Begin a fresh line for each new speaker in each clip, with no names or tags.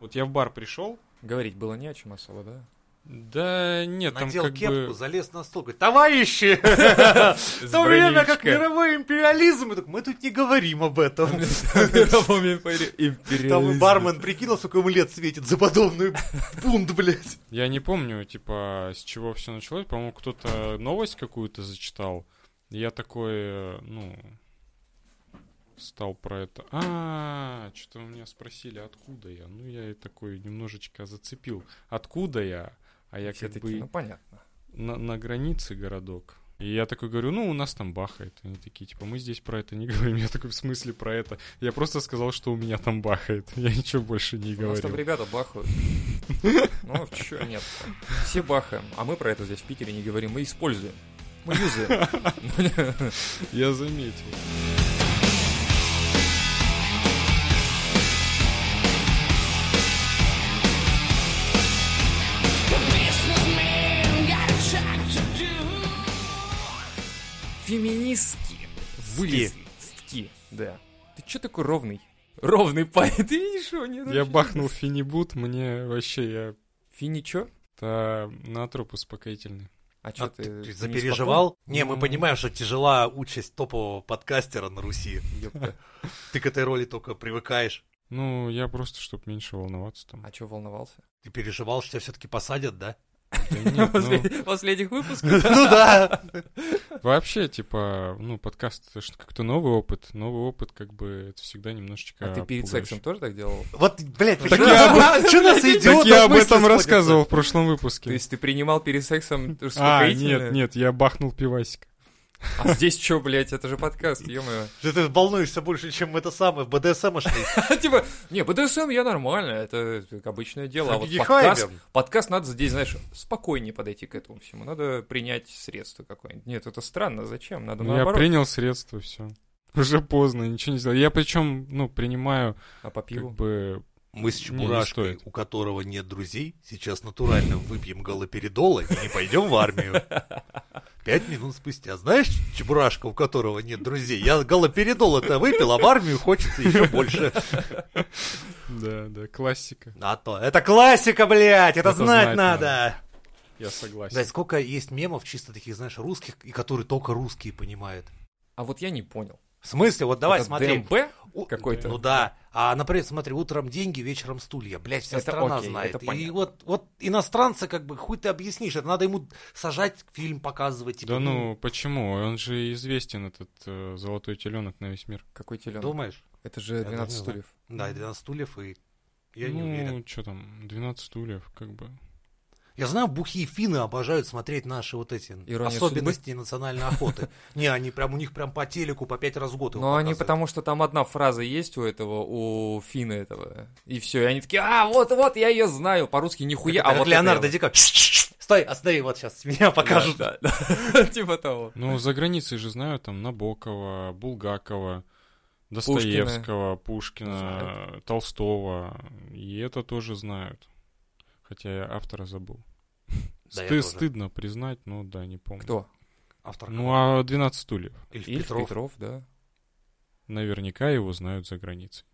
Вот я в бар пришел.
Говорить было не о чем особо, да?
Да нет,
Надел
там как
кепку,
бы...
залез на стол, говорит, товарищи, в то время как мировой империализм, и так, мы тут не говорим об этом. Там и
Империализм.
бармен прикинул, сколько ему лет светит за подобный бунт, блядь.
Я не помню, типа, с чего все началось. По-моему, кто-то новость какую-то зачитал. И Я такой, э, ну, стал про это. А, что-то у меня спросили, откуда я. Ну, я и такой немножечко зацепил. Откуда я? А я
Все
как
такие,
бы
ну понятно.
на, на границе городок. И я такой говорю, ну, у нас там бахает. Они такие, типа, мы здесь про это не говорим. Я такой, в смысле про это? Я просто сказал, что у меня там бахает. Я ничего больше не
У нас там
говорил.
ребята бахают. Ну, чё, нет. Все бахаем, а мы про это здесь в Питере не говорим, мы используем. Мы юзаем.
Я заметил.
Businessman got a job to do.
Феминистки. Вылезли. Стки. Да. Ты чё такой ровный? Ровный парень, ты видишь его? Нет,
Я
вообще.
бахнул финибут, мне вообще я
Финичо?
это натроп успокоительный.
А чё
А
ты,
ты
не Ну,
запереживал? Не, мы
Ну.
М.
понимаем, что тяжела участь топового подкастера на Руси.
спокоен? Ёпта.
Ты к этой роли только привыкаешь.
Ну, я просто, чтобы меньше волноваться там.
А чё волновался?
Ты переживал, что тебя все-таки посадят, да?
Да нет,
После,
ну,
после этих выпусков?
Ну да.
вообще, типа, ну, подкаст это же как-то новый опыт. Новый опыт, как бы, это всегда немножечко
А ты перед
пугающе.
сексом тоже так делал?
Вот, блядь,
Так
почему
я
нас- чё нас
Так
идиотов
я об
мысли
этом
сходятся?
рассказывал в прошлом
То
выпуске.
есть ты принимал перед сексом
А,
успокоительное?
нет, нет, я бахнул пивасик.
А здесь чё, блядь, это же подкаст, ё-моё.
Что Ты волнуешься больше, чем это самое, БДСМ-шный.
А, Типа, не, БДСМ я нормально, это как обычное дело. А вот
Фабгихайвер.
подкаст, подкаст надо здесь, знаешь, спокойнее подойти к этому всему. Надо принять средство какое-нибудь. Нет, это странно, зачем? Надо
Ну, Я
наоборот.
принял средства, все. Уже поздно, ничего не сделал. Я причем, ну, принимаю,
А по
как
пиву?
бы,
Мы с
Не, не
Чебурашкой,
стоит.
у которого нет друзей, сейчас натурально выпьем галоперидола и не пойдем в армию. Пять минут спустя. Знаешь, Чебурашка, у которого нет друзей, я галоперидол это выпил, а в армию хочется еще больше.
да, да, классика.
А то. Это классика, блядь, это,
Это
знать
знать
надо.
надо. Я согласен.
Блядь, сколько есть мемов чисто таких, знаешь, русских, и которые только русские понимают.
А вот я не понял.
В смысле? Вот давай
Это
смотри.
ДМБ?
У-
какой-то.
Ну да. А, например, смотри, утром деньги, вечером стулья. Блять, вся
Это
страна
окей,
знает.
это
и
понятно.
вот, вот иностранцы, как бы, хуй ты объяснишь. Это надо ему сажать, фильм показывать. типа,
Да ну, почему? Он же известен, этот э, золотой теленок на весь мир.
Какой телен?
Думаешь?
Это же
даже не
12
знаю.
стульев.
Да, 12 стульев, и я
ну,
не уверен.
что там, 12 стульев, как бы.
Я знаю, бухие финны обожают смотреть наши вот эти
Ирония
особенности национальной охоты. Не, они прям, у них прям по телеку по пять раз в год его
Но Ну, они
показывают.
потому что там одна фраза есть у этого, у Фина этого. И все. И они такие, а, вот-вот, я ее знаю. По-русски нихуя.
Это
а
как
вот это
Леонардо
я
Ди Каприо. Стой, останови, вот сейчас меня
вот».
покажут.
Да, да. Типа того.
Ну, за границей же знаю, там, Набокова, Булгакова,
Пушкина.
Достоевского, Пушкина, Толстого. И это тоже знают. Хотя я автора забыл.
Да, я
Сты-
тоже.
стыдно признать, но да, не помню.
Кто?
Автор
Ну, а 12 стульев.
Ильф
Ильф
Петров.
Петров, да.
Наверняка его знают за границей.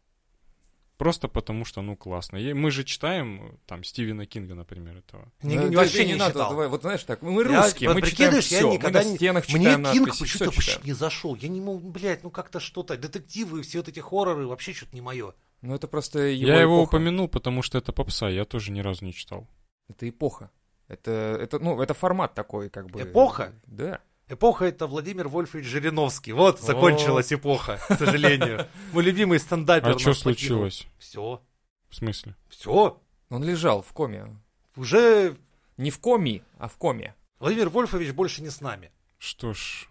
Просто потому что, ну, классно. И мы же читаем, э, там, Стивена Кинга, например, этого.
Не-
Да,
не-
да,
вообще
да,
не
надо,
читал.
давай, вот знаешь так, мы
Я,
русские,
вот
мы читаем
прикидываешь, я
все, мы
никогда
на
не-
стенах
Мне
читаем
Кинг
надписи, всё
почему-то вообще
читаем.
не зашел. Я не могу, блядь, ну как-то что-то. Детективы, все вот эти хорроры, вообще что-то не мое.
Ну это просто его
я его
эпоха.
упомянул, потому что это попса, я тоже ни разу не читал.
Это эпоха. Это, это, ну, это формат такой, как бы.
Эпоха?
Да.
Эпоха это Владимир Вольфович Жириновский. Вот, закончилась эпоха, к сожалению. Мой любимый стендапер.
а что случилось?
Все,
В смысле?
все.
Он лежал в коме.
Уже
Не в коме, а в коме.
Владимир Вольфович больше не с нами.
Что ж,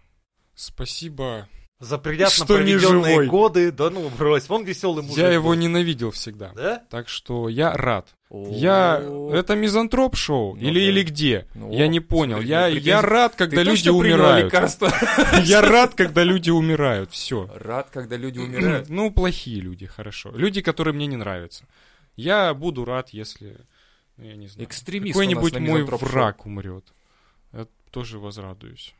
спасибо.
За приятно
Что не
проведенные
живой.
годы. Да ну, брось, он веселый мужик.
я его
был.
ненавидел всегда.
Да?
Так что я рад. Я... Это мизантроп-шоу?
Ну
или,
да.
или где?
Ну,
я не понял.
смотри,
я,
ну, претенз-
я рад, когда
Ты
люди
точно принял
умирают.
лекарство?
Я рад, когда люди умирают. Все.
Рад, когда люди умирают.
Ну, плохие люди, хорошо. Люди, которые мне не нравятся. Я буду рад, если, ну, я не знаю,
Экстремист
какой-нибудь
у нас на
мой
Мизантроп-шоу.
враг умрет. Я тоже возрадуюсь.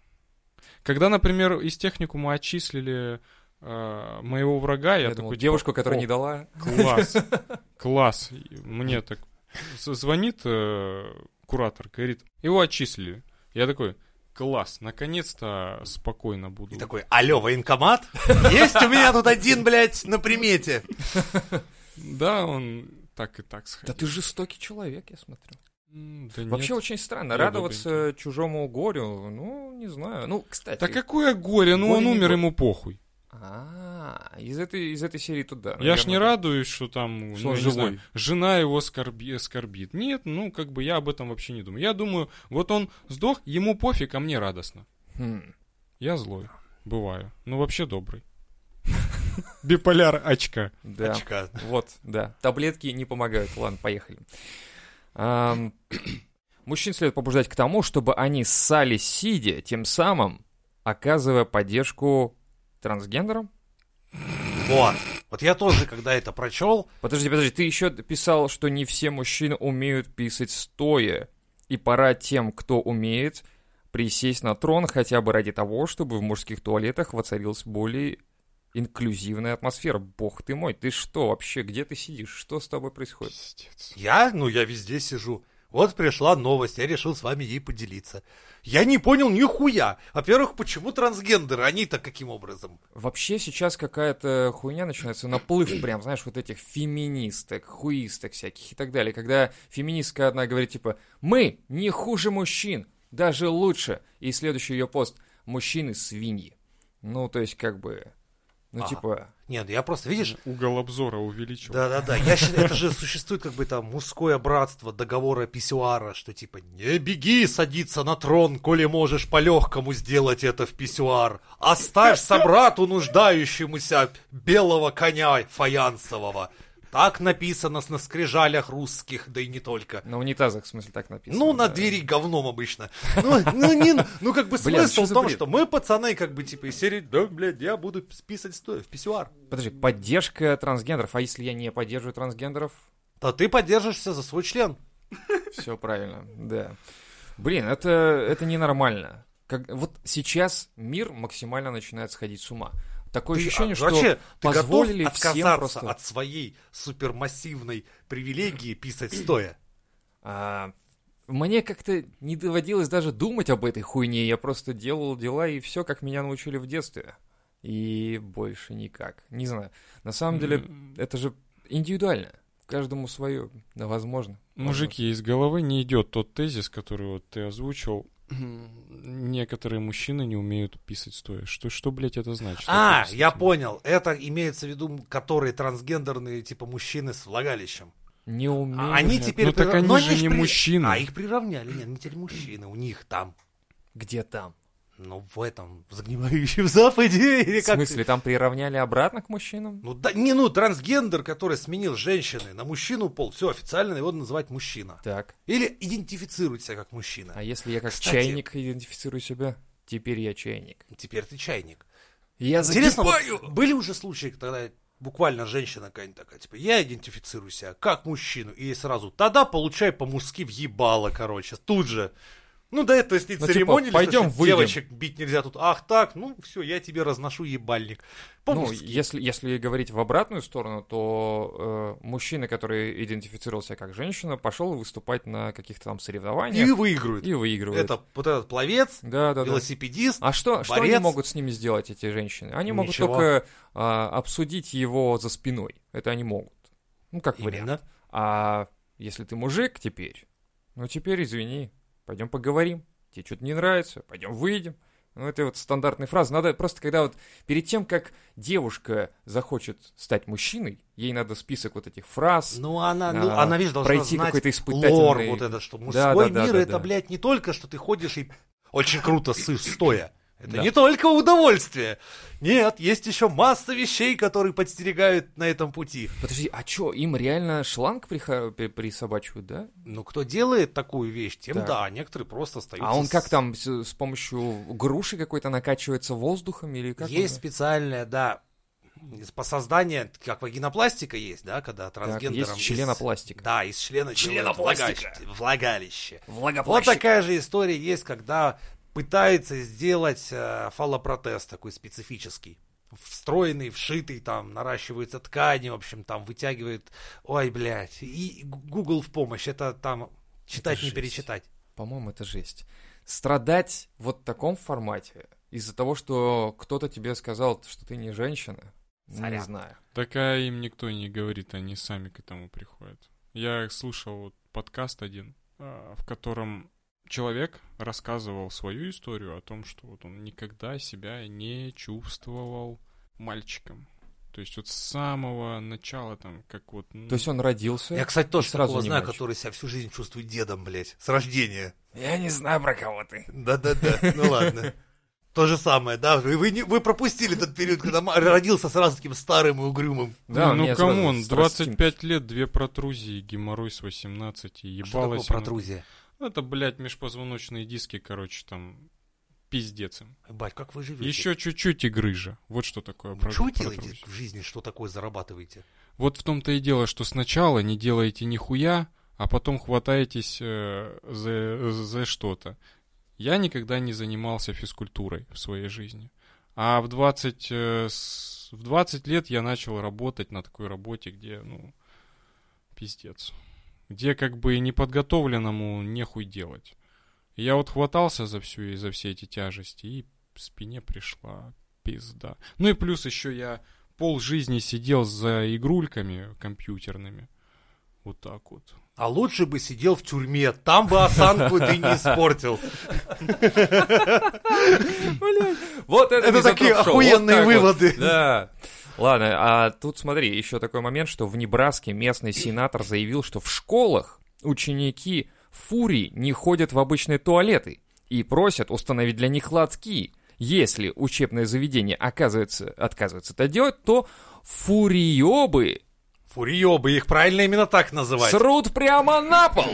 Когда, например, из техникума отчислили э, моего врага, я,
Я, думал,
такой... типа,
девушку, которая
«О,
не дала.
Класс, класс. И Мне так з- звонит э, куратор, говорит, его отчислили. Я такой, класс, наконец-то спокойно буду.
И такой, алло, военкомат? Есть у меня тут один, блядь, на примете.
Да, он так и так
Да
сходил.
ты жестокий человек, я смотрю.
М, Да
Вообще
нет.
очень странно.
Я
Радоваться чужому горю, ну, не знаю. Ну, кстати.
Да какое горе, ну
Горе
он
не
умер,
горе.
ему похуй.
А, из этой, из этой серии тут да.
Я ж не
наверное,
радуюсь, что там
Что
ну,
он
я не
живой.
знаю, жена его скорби- скорбит. Нет, ну как бы я об этом вообще не думаю. Я думаю, вот он сдох, ему пофиг, а мне радостно.
Хм.
Я злой. Бываю. Ну вообще добрый. Биполяр очка.
Да.
Очка.
Вот, да. Таблетки не помогают. Ладно, поехали. Ам, Мужчин следует побуждать к тому, чтобы они ссали сидя, тем самым оказывая поддержку трансгендерам.
Вот. Вот я тоже, когда это прочел,
Подожди, подожди, ты еще писал, что не все мужчины умеют писать стоя, и пора тем, кто умеет, присесть на трон хотя бы ради того, чтобы в мужских туалетах воцарилась более инклюзивная атмосфера. Бог ты мой, ты что вообще, где ты сидишь, что с тобой происходит?
Пиздец.
я, ну, я везде сижу. Вот пришла новость, я решил с вами ей поделиться. Я не понял нихуя. Во-первых, почему трансгендеры? Они-то каким образом?
Вообще сейчас какая-то хуйня начинается, наплыв прям, знаешь, вот этих феминисток, хуисток всяких и так далее. Когда феминистка одна говорит типа «Мы не хуже мужчин, даже лучше». И следующий ее пост «Мужчины свиньи». Ну, то есть как бы... Ну,
Ага.
типа...
Нет, я просто, видишь,
Угол обзора увеличил.
Да-да-да, я считаю, это же существует как бы там мужское братство договора писюара, что типа «Не беги садиться на трон, коли можешь по-легкому сделать это в писюар. Оставь собрату нуждающемуся белого коня фаянсового». Так написано с- на скрижалях русских, да и не только.
На унитазах, в смысле, так написано.
Ну,
да.
на двери говном обычно. Ну, ну, не, ну как бы
Блин,
смысл
что
в
за
том,
бред?
что мы, пацаны, как бы типа из серии, да, блядь, я буду списать стоя в писюар.
Подожди, поддержка трансгендеров. А если я не поддерживаю трансгендеров?
Да ты поддержишься за свой член.
Все правильно, да. Блин, это, это ненормально. Как, вот сейчас мир максимально начинает сходить с ума. Такое
Ты,
ощущение,
а,
что
вообще, ты готов
позволили всем
отказаться
просто...
от своей супермассивной привилегии писать стоя?
А, мне как-то не доводилось даже думать об этой хуйне. Я просто делал дела и все, как меня научили в детстве. И больше никак. Не знаю. На самом деле,
М,
это же индивидуально. Каждому свое, да, возможно.
Мужики, из головы не идет тот тезис, который вот ты озвучил. Некоторые мужчины не умеют писать стоя. Что, что блядь, это значит?
А,
Объясните
я
мне.
понял. Это имеется в виду, которые трансгендерные, типа, мужчины с влагалищем.
Не умеют.
А они
блядь,
теперь...
ну так
прира-
они
но
же
ж
не мужчины.
А их приравняли. Нет, они теперь мужчины. У них там...
Где там?
Ну, в этом, в загнивающем западе, или
В
как...
смысле, там приравняли обратно к мужчинам?
Ну, да, не, ну, трансгендер, который сменил женщины на мужчину пол, все, официально его называть мужчина.
Так.
Или идентифицирует себя как мужчина.
А если я как
Кстати-
чайник идентифицирую себя? Теперь я чайник.
Теперь ты чайник.
Я
Интересно, вот были уже случаи, когда буквально женщина какая-нибудь такая, типа, я идентифицирую себя как мужчину, и ей сразу, тогда получай по-мужски въебало, короче, тут же. Ну да, то есть не
Ну, типа,
церемонились, потому
пойдем,
что
выйдем.
девочек бить нельзя тут, ах так, ну все, я тебе разношу ебальник.
Ну,
По-мужски.
если, если говорить в обратную сторону, то э, мужчина, который идентифицировал себя как женщина, пошел выступать на каких-то там
и
соревнованиях
выиграют.
и, выигрывает.
Это вот этот пловец,
Да, да, да.
велосипедист,
А что, что они
борец.
могут с ними сделать, эти женщины? Они могут
Ничего.
только а, обсудить его за спиной. Это они могут. Ну, как вариант.
именно.
А если ты мужик теперь, ну теперь извини, пойдем поговорим. Тебе что-то не нравится, пойдем выйдем. Ну, это вот стандартная фраза. Надо просто, когда вот перед тем, как девушка захочет стать мужчиной, ей надо список вот этих фраз.
Ну, она, ну,
а,
она, видишь, должна
пройти
знать
какой-то
лор
испытательный...
вот это, что мужской
Да, да, да,
мир,
да,
это,
да.
блядь, не только, что ты ходишь и очень круто сышь стоя. Это
Да.
не только удовольствие. Нет, есть еще масса вещей, которые подстерегают на этом пути.
Подожди, а что, им реально шланг приха- при- присобачивают, да?
Но кто делает такую вещь, тем
Так.
да, а некоторые просто остаются.
А он
с-
как там, с, с помощью груши какой-то накачивается воздухом или как? он
есть
там?
специальное, да, по созданию, как вагинопластика есть, да, когда
Так,
трансгендером...
есть
из-
членопластик.
Да, из члена делают
Членопластика.
влагалище- влагалище. Вот
Влагопластик.
такая же история есть, когда пытается сделать э, фалопротез такой специфический. встроенный, вшитый, там, наращиваются ткани, в общем, там, вытягивает, ой, блядь, и Google в помощь, это там читать не
жесть.
перечитать.
По-моему, это жесть. Страдать вот в таком формате из-за того, что кто-то тебе сказал, что ты не женщина, не
Сорян.
знаю.
Такая а им никто и не говорит, они сами к этому приходят. Я слушал вот подкаст один, а, в котором человек рассказывал свою историю о том, что вот он никогда себя не чувствовал мальчиком. То есть вот с самого начала там, как вот... ну,
То есть он родился?
Я, кстати, тоже
сразу
такого
не
знаю,
мальчик.
который себя всю жизнь чувствует дедом, блядь, с рождения.
Я не знаю, про кого ты.
Да-да-да, ну ладно. То же самое, да, вы, вы, не- вы пропустили тот период, когда ма- родился сразу таким старым и угрюмым.
Да, ну
мне сразу
камон,
с тростинки.
25 лет, две протрузии, геморрой с 18, и
А Что такое
ебалось. оно.
протрузия?
Ну, Это, блядь, межпозвоночные диски, короче, там, пиздец им.
Бать, как вы живете?
Еще чуть-чуть и грыжа. Вот что такое
Ну, Вы
про-
что
протрузия.
делаете в жизни, что такое зарабатываете?
Вот в том-то и дело, что сначала не делаете нихуя, а потом хватаетесь э, за, за что-то. Я никогда не занимался физкультурой в своей жизни. А в 20, э, с- в 20 лет я начал работать на такой работе, где, ну, пиздец. Где как бы неподготовленному нехуй делать. И Я вот хватался за всю и за все эти тяжести, и в спине пришла пизда. Ну и плюс еще я пол жизни сидел за игрульками компьютерными. Вот так вот.
А лучше бы сидел в тюрьме, там бы осанку ты не испортил.
Вот это,
Это
мизантроп
такие
шоу,
охуенные
вот так вот.
выводы.
Да. Ладно, а тут смотри, еще такой момент, что в Небраске местный сенатор заявил, что в школах ученики фурии не ходят в обычные туалеты и просят установить для них лотки. Если учебное заведение оказывается, отказывается это делать, то фуриобы
Фуриёбы, их правильно именно так называть.
срут прямо на пол.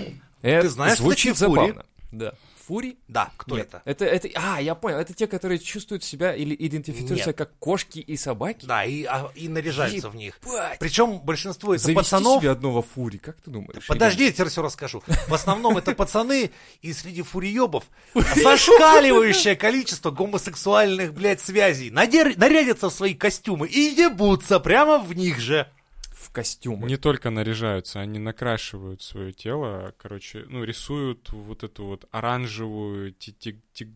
Это
знаешь, кстати,
звучит
фури?
забавно. Да. Фури
Да, кто
Нет,
это?
это? Это, а, я понял, это те, которые чувствуют себя или идентифицируются
Нет.
как кошки и собаки?
Да, и, а, и наряжаются в них.
Ебать!
Причем большинство это
Завести
пацанов.
себе одного фури, как ты думаешь?
Подожди, я тебе все расскажу. В основном это пацаны, и среди фуриёбов зашкаливающее количество гомосексуальных, блядь, связей. Надер- Нарядятся в свои костюмы и ебутся прямо в них же.
Или В костюмы.
Не только наряжаются, они накрашивают свое тело, короче, ну, рисуют вот эту вот оранжевую, ти- ти- ти-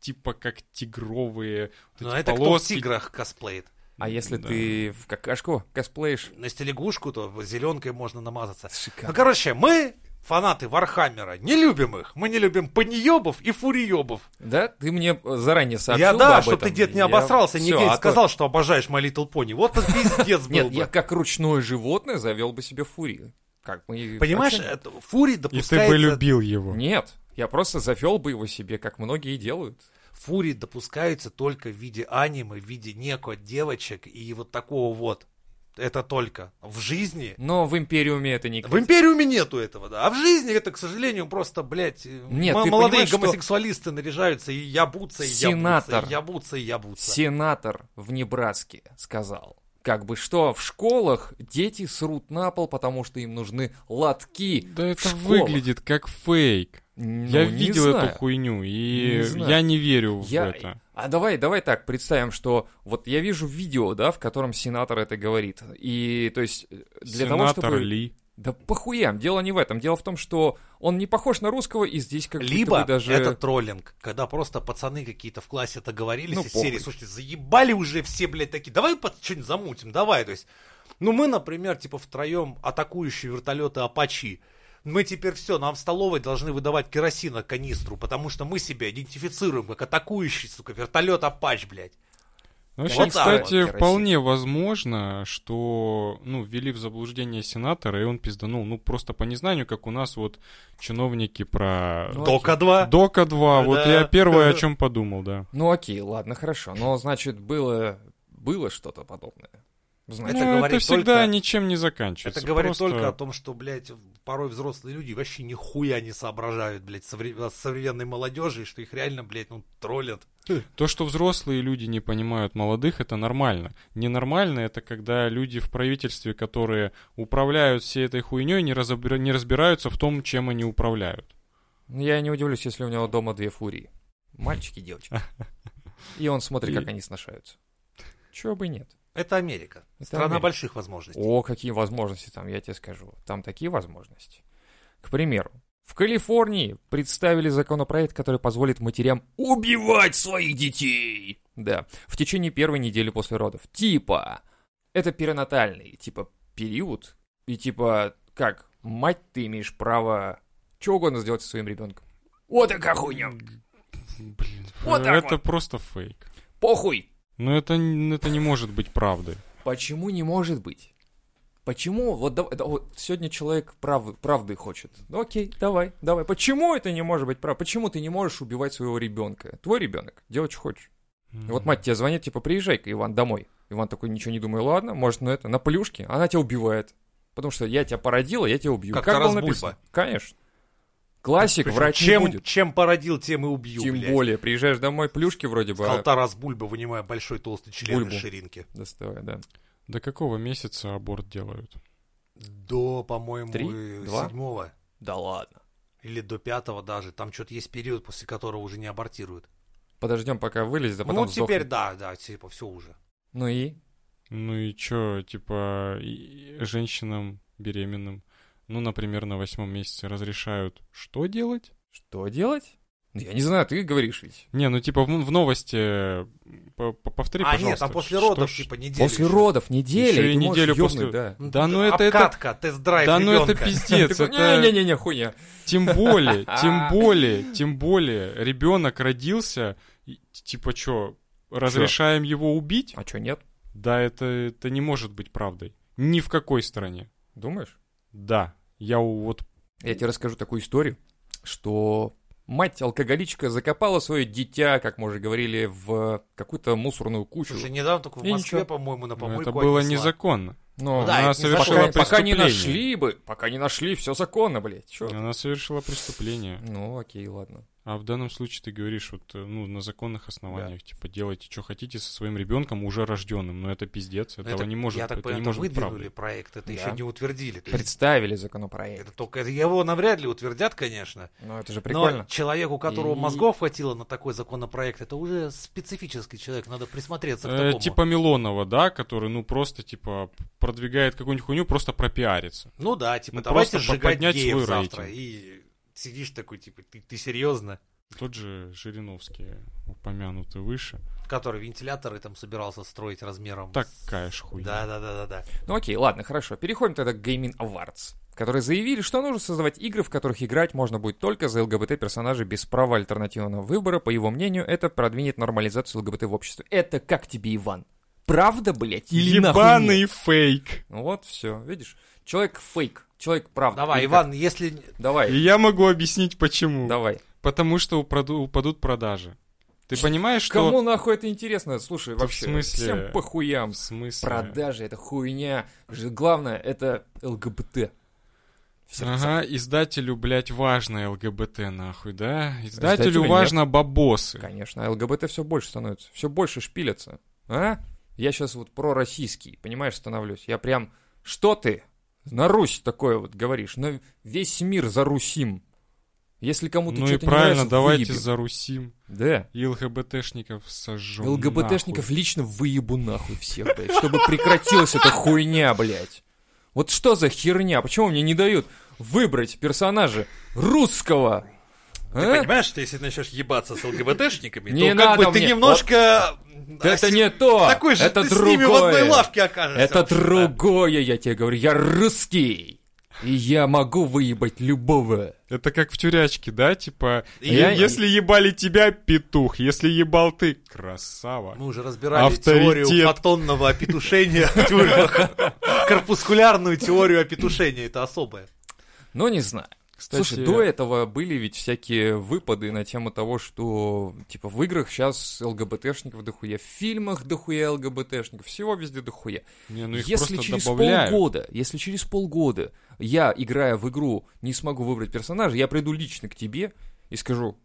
типа как тигровые вот
Ну,
Но
эти
Ну, а это кто в
типа полоски.
тиграх косплеит.
А если
Да.
ты в какашку косплеишь?
Если лягушку, то зеленкой можно намазаться. Ну,
Шикарно.
короче, мы, фанаты Вархаммера, не любим их. Мы не любим паньёбов и фуриёбов.
Да? Ты мне э, заранее сообщил
Я
бы
да,
об
чтобы ты,
этом.
дед, не
Я-
обосрался,
Всё,
нигде
а
не
то-
сказал, что обожаешь My Little Pony. Вот это пиздец был
Нет, я
бы.
как ручное животное завел бы себе фури. Как мы... и
Понимаешь, э,
оценим.
это фури
И ты бы
допускается...
любил его.
Нет, я просто завел бы его себе, как многие делают.
Фури допускаются только в виде аниме, в виде неко девочек и вот такого вот. Это только. В жизни...
Но в Империуме это не...
В Империуме нету этого, да. А в жизни это, к сожалению, просто, блядь, э,
Нет,
м-
ты
молодые
понимаешь, что-
гомосексуалисты наряжаются и ябутся, и
Сенатор.
ябутся, и ябутся, и ябутся.
Сенатор в Небраске сказал. Как бы что, в школах дети срут на пол, потому что им нужны лотки.
Да это
школах.
выглядит как фейк.
Ну,
я
не
видел
знаю.
эту хуйню, и
Не знаю.
я не верю в
Я-
это.
А давай, давай так, представим, что вот я вижу видео, да, в котором сенатор это говорит. И то есть э, для того,
Сенатор
чтобы...
Ли.
Да похуям, дело не в этом. Дело в том, что он не похож на русского, и здесь как будто
Либо
бы даже...
это троллинг, когда просто пацаны какие-то в классе договорились
Ну,
из
похуй.
серии, слушайте, заебали уже все, блядь, такие, давай под что-нибудь замутим, давай, то есть, ну мы, например, типа втроем атакующие вертолеты Апачи, мы теперь все, нам в столовой должны выдавать керосина канистру, потому что мы себя идентифицируем как атакующий, сука, вертолет Апач, блядь.
Ну, Вообще,
Вот так вот,
кстати,
керосин.
вполне возможно, что ну, ввели в заблуждение сенатора, и он пизданул. Ну, просто по незнанию, как у нас вот чиновники про...
Ну,
Дока-2.
Дока 2, вот
Да.
я первое о чем подумал, да.
Ну окей, ладно, хорошо. Но значит, было, было что-то подобное. Значит,
ну, это
говорит
всегда
только-
ничем не заканчивается.
Это говорит
Просто
только о том, что, блядь, порой взрослые люди вообще нихуя не соображают, блядь, совре- с современной молодежи, и что их реально, блядь, ну, троллят.
То, что взрослые люди не понимают молодых, это нормально. Ненормально это когда люди в правительстве, которые управляют всей этой хуйней, не, разобра- не разбираются в том, чем они управляют.
Ну, Я не удивлюсь, если у него дома две фурии. Мальчики и девочки. И он смотрит, как они сношаются. Чего бы и нет.
Это Америка.
Это
Страна
Америка.
больших возможностей.
О, какие возможности там, я тебе скажу. Там такие возможности. К примеру, в Калифорнии представили законопроект, который позволит матерям убивать своих детей. Да, в течение первой недели после родов. Типа, это перинатальный, типа, период. И типа, как, мать, ты имеешь право чего угодно сделать со своим ребенком. Вот такая хуйня.
Блин,
Вот так
это просто фейк.
Похуй.
Но это, н- это не может быть правдой.
Почему не может быть? Почему? Вот, дав- да, вот сегодня человек прав- правды хочет. Ну, окей, давай, давай. Почему это не может быть прав? Почему ты не можешь убивать своего ребенка? Твой ребенок, делай, что хочешь. И Вот мать тебе звонит, типа, приезжай-ка, Иван, домой. Иван такой, ничего не думаю, ладно, может, ну это, на плюшке, она тебя убивает. Потому что я тебя породила, я тебя убью.
Как
было
Тарас Бульба.
написано? Конечно. Классик,
Причем
врать
чем,
не будет.
чем породил, тем и убью,
Тем
блядь.
более, приезжаешь домой, плюшки вроде бы,
Сказал
а,
Тарас Бульба, вынимая большой толстый член
Бульбу.
из ширинки.
доставай, да.
До какого месяца аборт делают?
До, по-моему,
Три?
э,
Два?
седьмого.
Да ладно.
Или до пятого даже. Там что-то есть период, после которого уже не абортируют.
Подождем, пока вылезет, а потом
ну, теперь
сдохнет.
да, да, типа все уже.
Ну и?
Ну и чё, типа, и- и женщинам беременным, ну, например, на восьмом месяце разрешают что делать?
Что делать? Ну, Я не знаю, ты говоришь ведь.
Не, ну типа в, в новости, э, по- по- повтори,
а
пожалуйста.
нет, а после
что
родов,
ж-
типа, неделю.
После
еще.
родов неделя,
Еще
и
и
ты можешь
неделю
ёбнуть,
после-
да.
Да ну это- это-
Обкатка, тест-драйв
Да ну это
ребенка.
пиздец,
Такой,
это
Не-не-не, хуйня.
тем более, тем более, тем более, ребенок родился, и, типа чё, разрешаем его убить?
А чё, нет?
Да, это, это не может быть правдой. Ни в какой стране.
Думаешь?
Да, я у- вот
Я тебе расскажу такую историю, что мать-алкоголичка закопала свое дитя, как мы уже говорили, в какую-то мусорную кучу.
Слушай, недавно только в
И
Москве,
ничего.
по-моему, на
ну,
помойку
это было
отнесла.
незаконно.
Но
ну Да,
она
это не
совершила
пока,
законно.
пока не
преступление.
нашли бы, пока не нашли, все законно, блядь. Чё?
Она совершила преступление.
Ну, окей, ладно.
А в данном случае ты говоришь, вот, э, ну, на законных основаниях, типа, делайте, что хотите со своим ребенком уже рожденным, но это пиздец,
Но
этого
это,
не может,
Я так
это не
понимаю, это
может быть
выдвинули
правдой.
проект, это
Да.
еще не утвердили. То есть
Представили законопроект.
это только это его навряд ли утвердят, конечно.
Ну, это же прикольно.
Но человеку, у которого
И-
мозгов хватило на такой законопроект, это уже специфический человек, надо присмотреться к
Э,
такому.
типа Милонова, да, который, ну, просто, типа, п- продвигает какую-нибудь хуйню, просто пропиарится.
Ну да, типа,
ну,
давайте
просто
сжигать
поднять
геев
свой
завтра.
рейтинг.
И сидишь такой, типа, ты, ты серьезно?
Тот же Жириновский, упомянутый выше,
Который вентиляторы там собирался строить размером. с-
такая ж хуйня.
Да, да, да, да, да.
Ну окей, ладно, хорошо. Переходим тогда к Gaming Awards, которые заявили, что нужно создавать игры, в которых играть можно будет только за ЛГБТ-персонажей без права альтернативного выбора. По его мнению, это продвинет нормализацию ЛГБТ в обществе. Это как тебе, Иван? Правда, блядь? Или нахуй
Ебаный
нет?
фейк.
Ну вот, все, видишь? Человек фейк, человек
А,
правда.
Давай,
Или
Иван, если...
как? Давай,
И я могу объяснить, почему.
давай.
Потому что упраду- упадут продажи. Ты понимаешь, что...
Кому нахуй это интересно? Слушай,
Да в
вообще,
смысле?
всем по хуям.
В смысле?
Продажи, это хуйня. Ж- Главное, это ЛГБТ. В сердцах.
Ага, издателю, блядь, важно ЛГБТ, нахуй, да? Издателю,
Издателю
важно бабосы.
Конечно, а ЛГБТ все больше становится, все больше шпилятся. А? Я сейчас вот пророссийский, понимаешь, становлюсь. Я прям, что ты? На Русь такое вот говоришь. Но весь мир за Русим. Если кому-то
ну и
что-то
правильно,
не нравится,
давайте
выебем.
зарусим.
Да.
И ЛГБТшников сожжем.
ЛГБТшников лично выебу нахуй всех, блядь, чтобы прекратилась эта хуйня, блядь. Вот что за херня? Почему мне не дают выбрать персонажа русского?
Ты
А?
понимаешь, что если начнешь ебаться с ЛГБТшниками,
Не
то как
надо
бы ты
мне.
немножко...
Это
оси-
не то!
а Такой же
это
ты
другое.
с ними в одной лавке окажешься.
Это
вообще-то.
другое, я тебе говорю, я русский. И я могу выебать любого.
Это как в тюрячке, да? Типа,
И
е-
я-
если ебали тебя, петух. Если ебал ты, красава.
Мы уже разбирали
Авторитет.
теорию фотонного опетушения в тюрьмах. Корпускулярную теорию опетушения, это особое.
Но не знаю.
Кстати,
Слушай, до этого были ведь всякие выпады на тему того, что типа в играх сейчас ЛГБТшников дохуя, в фильмах дохуя ЛГБТшников, всего везде дохуя.
не, ну их
если
просто
через
добавляют.
полгода, если через полгода я, играя в игру, не смогу выбрать персонажа, я приду лично к тебе и скажу,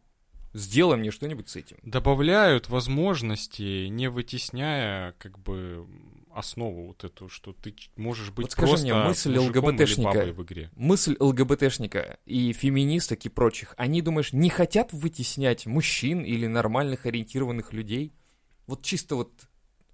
сделай мне что-нибудь с этим.
Добавляют возможности, не вытесняя, как бы, основу вот эту, что ты ч- можешь быть
Вот скажи
просто
мне, мысль
мужиком или
ЛГБТшника.
бабой в игре.
мысль ЛГБТшника и феминисток и прочих, они, думаешь, не хотят вытеснять мужчин или нормальных ориентированных людей? Вот чисто вот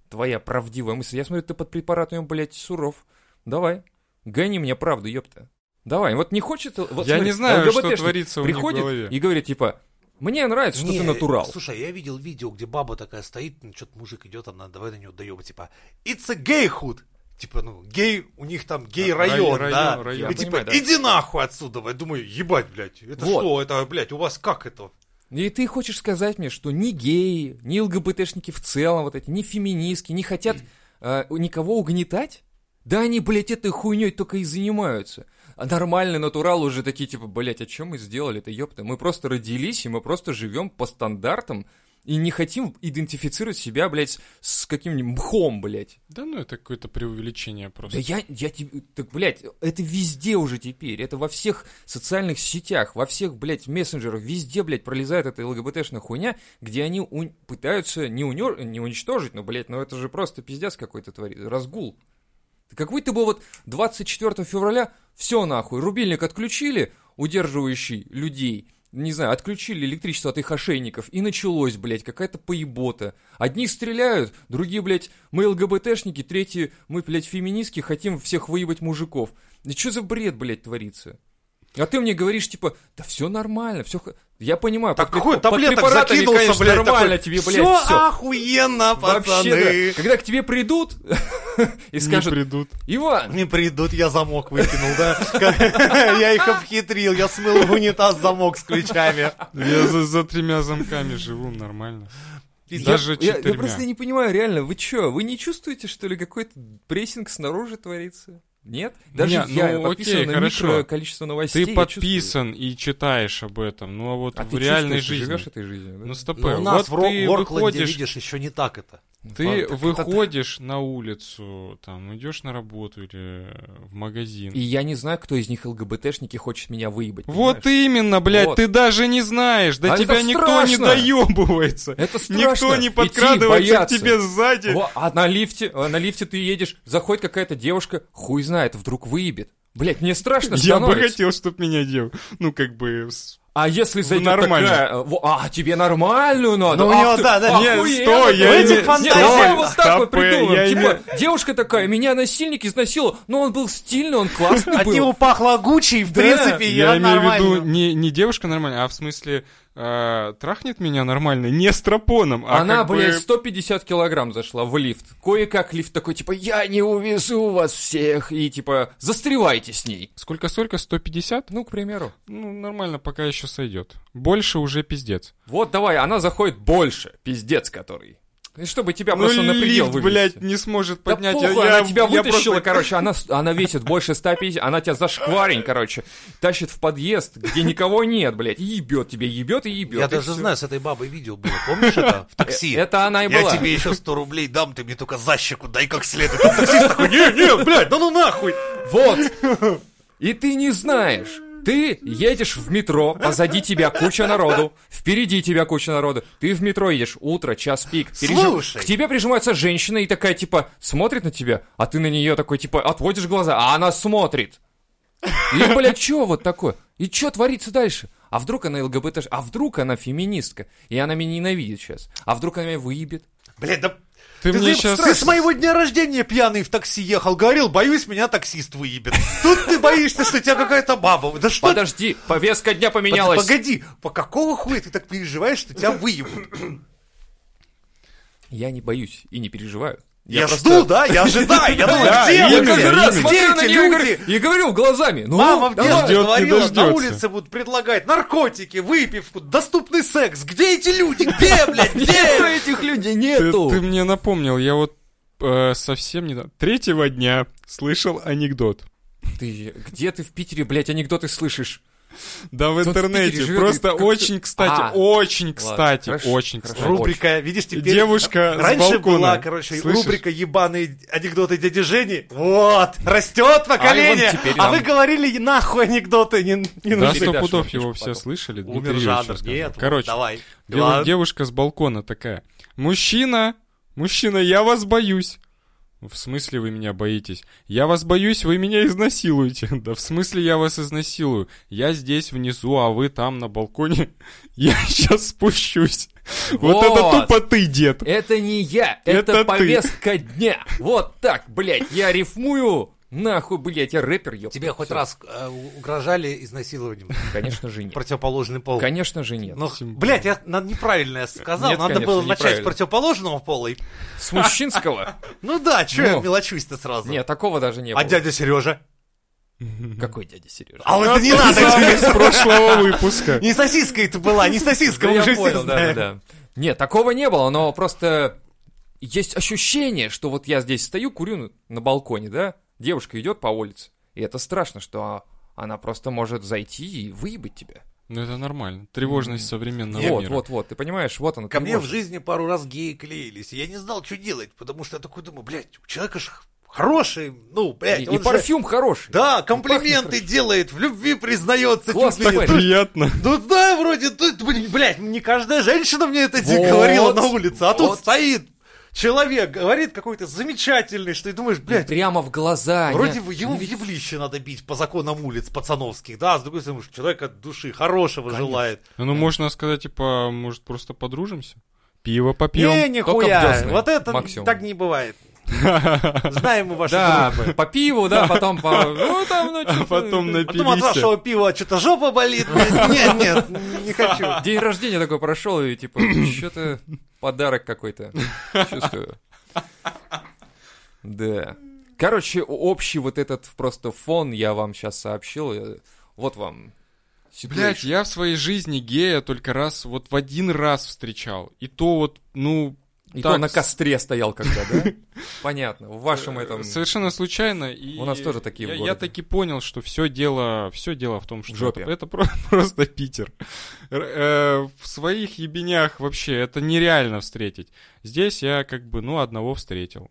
твоя правдивая мысль. Я смотрю, ты под препаратами, блядь, суров. Давай, гони мне правду, ёпта. Давай, вот не хочет... Вот,
Я
смотри,
не знаю, что
ЛГБТшник
творится у них в
Приходит
голове.
и говорит, типа, мне нравится, что
Не,
ты натурал.
Э, Слушай, а я видел видео, где баба такая стоит, ну, что-то мужик идет, она давай на него даем, типа, it's a gay hood. Типа, ну, гей, у них там гей-район,
рай-
да?
район, район.
И
Я
типа,
понимаю, да.
иди нахуй отсюда. Я думаю, ебать, блядь, это
Вот.
что? Это, блядь, у вас как это?
И ты хочешь сказать мне, что ни геи, ни ЛГБТшники в целом, вот эти, ни феминистки, не хотят э, никого угнетать? Да они, блядь, этой хуйней только и занимаются. А нормальные натуралы уже такие, типа, блядь, а чем мы сделали-то, ёпта? Мы просто родились, и мы просто живем по стандартам, и не хотим идентифицировать себя, блядь, с- с каким-нибудь мхом, блядь.
Да ну это какое-то преувеличение
Да
просто.
я, я тебе, так, блядь, это везде уже теперь, это во всех социальных сетях, во всех, блядь, мессенджерах, везде, блядь, пролезает эта ЛГБТшная хуйня, где они ун- пытаются не, унё- не уничтожить, ну, блядь, ну это же просто пиздец какой-то творит, разгул. Как будто бы вот 24 февраля все нахуй, рубильник отключили, удерживающий людей, не знаю, отключили электричество от их ошейников, и началось, блядь, какая-то поебота. Одни стреляют, другие, блядь, мы ЛГБТшники, третьи, мы, блядь, феминистки, хотим всех выебать мужиков. Да что за бред, блядь, творится? А ты мне говоришь, типа, да все нормально, все... Я понимаю,
Так
под-
какой
под
таблеток
препаратами,
закинулся,
конечно,
блядь,
нормально
такой,
тебе, блядь,
«Всё
всё».
охуенно,
Вообще,
пацаны.
да, когда к тебе придут и
Не
скажут,
придут.
Иван,
Не придут, я замок выкинул, да? Я их обхитрил, я смыл в унитаз замок с ключами.
Я за, за тремя замками живу нормально.
Я-
Даже
я, я
четырьмя.
просто не понимаю, реально, вы чё, вы не чувствуете, что ли, какой-то прессинг снаружи творится? Нет? Даже
Не,
я
ну,
подписан
окей,
на
хорошо.
микро количество новостей.
Ты
я
подписан и читаешь об этом, ну а
чувствую.
вот
А
в
ты
реальной
чувствуешь, ты
жизни.
живешь этой жизнью, да?
Ну стопэ,
у нас
вот ты
в Оркленде,
выходишь,
видишь, еще не так это.
ты
Ну, Так это-
выходишь на улицу, там идешь на работу или в магазин.
И я не знаю, кто из них ЛГБТшники хочет меня выебать.
Вот
понимаешь?
именно, блядь,
Вот.
ты даже не знаешь, до
А это
тебя никто не
страшно.
доебывается.
Это страшно.
Никто не
идти и
подкрадывается к
бояться.
тебе сзади.
Во, а на лифте, а на лифте ты едешь, заходит какая-то девушка, хуй знает, вдруг выебет. Блять, мне страшно
Я бы
становится.
хотел, чтобы меня дел. Ну, как бы... с-
А если зайдет
Ну, нормально.
такая, э, во- а тебе нормальную надо?
Ну, у
Ах
него,
ты,
да, да,
охуенно,
не, стой, я
блядь.
не-
Нет,
стой,
давай вот так вот
стопэ, я
придумаем. Типа, девушка такая, меня насильник изнасиловал, но он был стильный, он классный
От него
был.
пахло Гуччи, и в
Да,
принципе, я
имею в виду
нормально.
не, не девушка нормальная, а в смысле э, трахнет меня нормально, не стропоном, а
Она,
как бы-
блядь, 150 килограмм зашла в лифт. Кое-как лифт такой, типа, я не увезу вас всех. И, типа, застревайте с ней.
Сколько-сколько? 150?
Ну, к примеру.
Ну, нормально, пока еще сойдет. Больше уже пиздец.
Вот, давай, она заходит больше, пиздец который. И чтобы тебя просто на
ну,
предел
лифт,
вывести.
блядь, не сможет
Да
поднять.
похуй,
я,
она тебя
я
вытащила,
просто-
короче, она, с- она весит больше 150, она тебя за шкварень, короче, тащит в подъезд, где никого нет, блядь, и ебет тебе, ебет и ебет.
Я
и
даже
всё. Э,
знаю, с этой бабой видео было, помнишь это? В такси.
Это она и
Я
была.
тебе еще 100 рублей дам, ты мне только за щеку дай как следует. А таксист такой, не, не, блядь, да ну нахуй.
Вот! И ты не знаешь. Ты едешь в метро, позади тебя куча народу, впереди тебя куча народу. Ты в метро едешь, утро, час пик.
Слушай.
К тебе прижимается женщина и такая, типа, смотрит на тебя, а ты на нее такой, типа, отводишь глаза, а она смотрит. И, блядь, что вот такое? И что творится дальше? А вдруг она ЛГБТ? А вдруг она феминистка? И она меня ненавидит сейчас. А вдруг она меня выебет?
Блядь, да...
Ты, мне
за-
сейчас...
ты с моего дня рождения пьяный в такси ехал, говорил, боюсь, меня таксист выебет. Тут ты боишься, что тебя какая-то баба. Да что
Подожди, повестка дня
ты-
поменялась.
Погоди, по какого хуя ты так переживаешь, что тебя выебут?
Я не боюсь и не переживаю.
Я,
просто-
жду, да? Я ожидаю. Я думаю,
Да,
где
я
Я
вы,
Именно,
каждый
блядь?
раз
Где
смотрю на нее
эти
и говорю,
люди?
и говорю глазами. Ну,
Мама в
давай.
детстве
детстве
Ждёт, не
говорила, на
дождётся.
улице будут предлагать наркотики, выпивку, доступный секс. Где эти люди? Где, блядь,
Нету
где?
этих людей,
Ты,
нету.
ты мне напомнил, я вот э, совсем недавно... Третьего дня слышал анекдот.
Ты- где ты в Питере, блядь, анекдоты слышишь?
Да в
Тут в
интернете.
Питере живет
Просто
и как-то-
очень кстати,
А,
очень кстати,
хорошо,
очень
хорошо.
кстати.
Рубрика, видишь, теперь...
Девушка с
Раньше
балкона.
была, короче,
Слышишь?
рубрика «Ебаные анекдоты дяди Жени». Вот, растет
А, и вон
поколение. А,
теперь нам-
вы говорили, нахуй анекдоты не, не
Да,
нужны.
сто
передашь
пудов
мне
его все
потом.
слышали.
Умер
Дмитрий
жанр.
Юрьевич рассказывал.
Нет, вот,
Короче,
давай.
дев-
Ладно.
девушка с балкона такая. Мужчина, мужчина, я вас боюсь. В смысле вы меня боитесь? Я вас боюсь, вы меня изнасилуете. Да в смысле я вас изнасилую? Я здесь внизу, а вы там на балконе. Я сейчас спущусь. Вот, это
Вот.
тупо ты, дед.
Это не я, это,
Это ты.
повестка дня. Вот так, блядь, я рифмую. Нахуй, блядь, я рэпер, ёпта.
Тебе хоть
Всё.
раз э, у- угрожали изнасилованием
Конечно же нет.
противоположный пол?
Конечно же нет.
Ну,
Симпатия.
блядь, я на- неправильно я сказал.
Нет,
Надо
конечно,
было начать с
неправильно.
противоположного пола. и-
С мужчинского?
Ну да, че я
Ну.
мелочусь-то сразу?
Нет, такого даже не
А
было.
дядя Сережа?
Какой дядя Сережа?
А вот это не надо тебе.
Из прошлого выпуска.
Не сосиска это была, не сосиска,
Да
мы
я
уже все
понял, да, да,
знаем.
да. Нет, такого не было, но просто есть ощущение, что вот я здесь стою, курю на балконе, да? Девушка идет по улице, и это страшно, что она просто может зайти и выебать тебя.
Ну это нормально. Тревожность современного
вот,
мира.
вот, вот, ты понимаешь, вот она.
Ко мне в жизни пару раз геи клеились, и я не знал, что делать, потому что я такой думаю, блядь, у человека же хороший, ну, блядь,
И,
он
и
же-
парфюм хороший.
Да,
Пахнет
комплименты
хорошо.
делает, в любви признается.
Класс
чуть ли не
такой.
тут-
Приятно.
Ну да, вроде, тут, блин, блядь, не каждая женщина мне это де-
Вот,
говорила на улице, а тут
вот.
стоит человек, говорит какой-то замечательный, что ты думаешь, блядь,
Прямо в глаза. не-
Вроде бы ему
ну
в
ведь-
еблище надо бить по законам улиц пацановских, да, а с другой стороны, что человек от души хорошего
Конечно.
желает.
Ну можно сказать, типа, может просто подружимся? Пиво
Не,
попьем?
нихуя,
только в десны,
вот это
максимум.
так не бывает. Знаем мы ваши
Да,
дружбы.
по пиву, да, потом по... Ну, там, ну,
А
чё-
потом
Потом от
напились.
вашего пива что-то жопа болит. Нет, нет, не хочу.
День рождения такой прошел, и типа, что-то подарок какой-то чувствую. Да. Короче, общий вот этот просто фон я вам сейчас сообщил. э, Вот вам.
Блять, я в своей жизни гея только раз, вот в один раз встречал. И то вот, ну,
И
так,
то на
с-
костре стоял когда, да? Понятно, в вашем
э,
этом...
Совершенно случайно. И
У нас тоже такие в
я, я
городе.
таки понял, что все дело, все дело в том, что
В жопе.
это, это про- просто Питер. Р- э, в своих ебенях вообще это нереально встретить. Здесь я как бы, ну, одного встретил.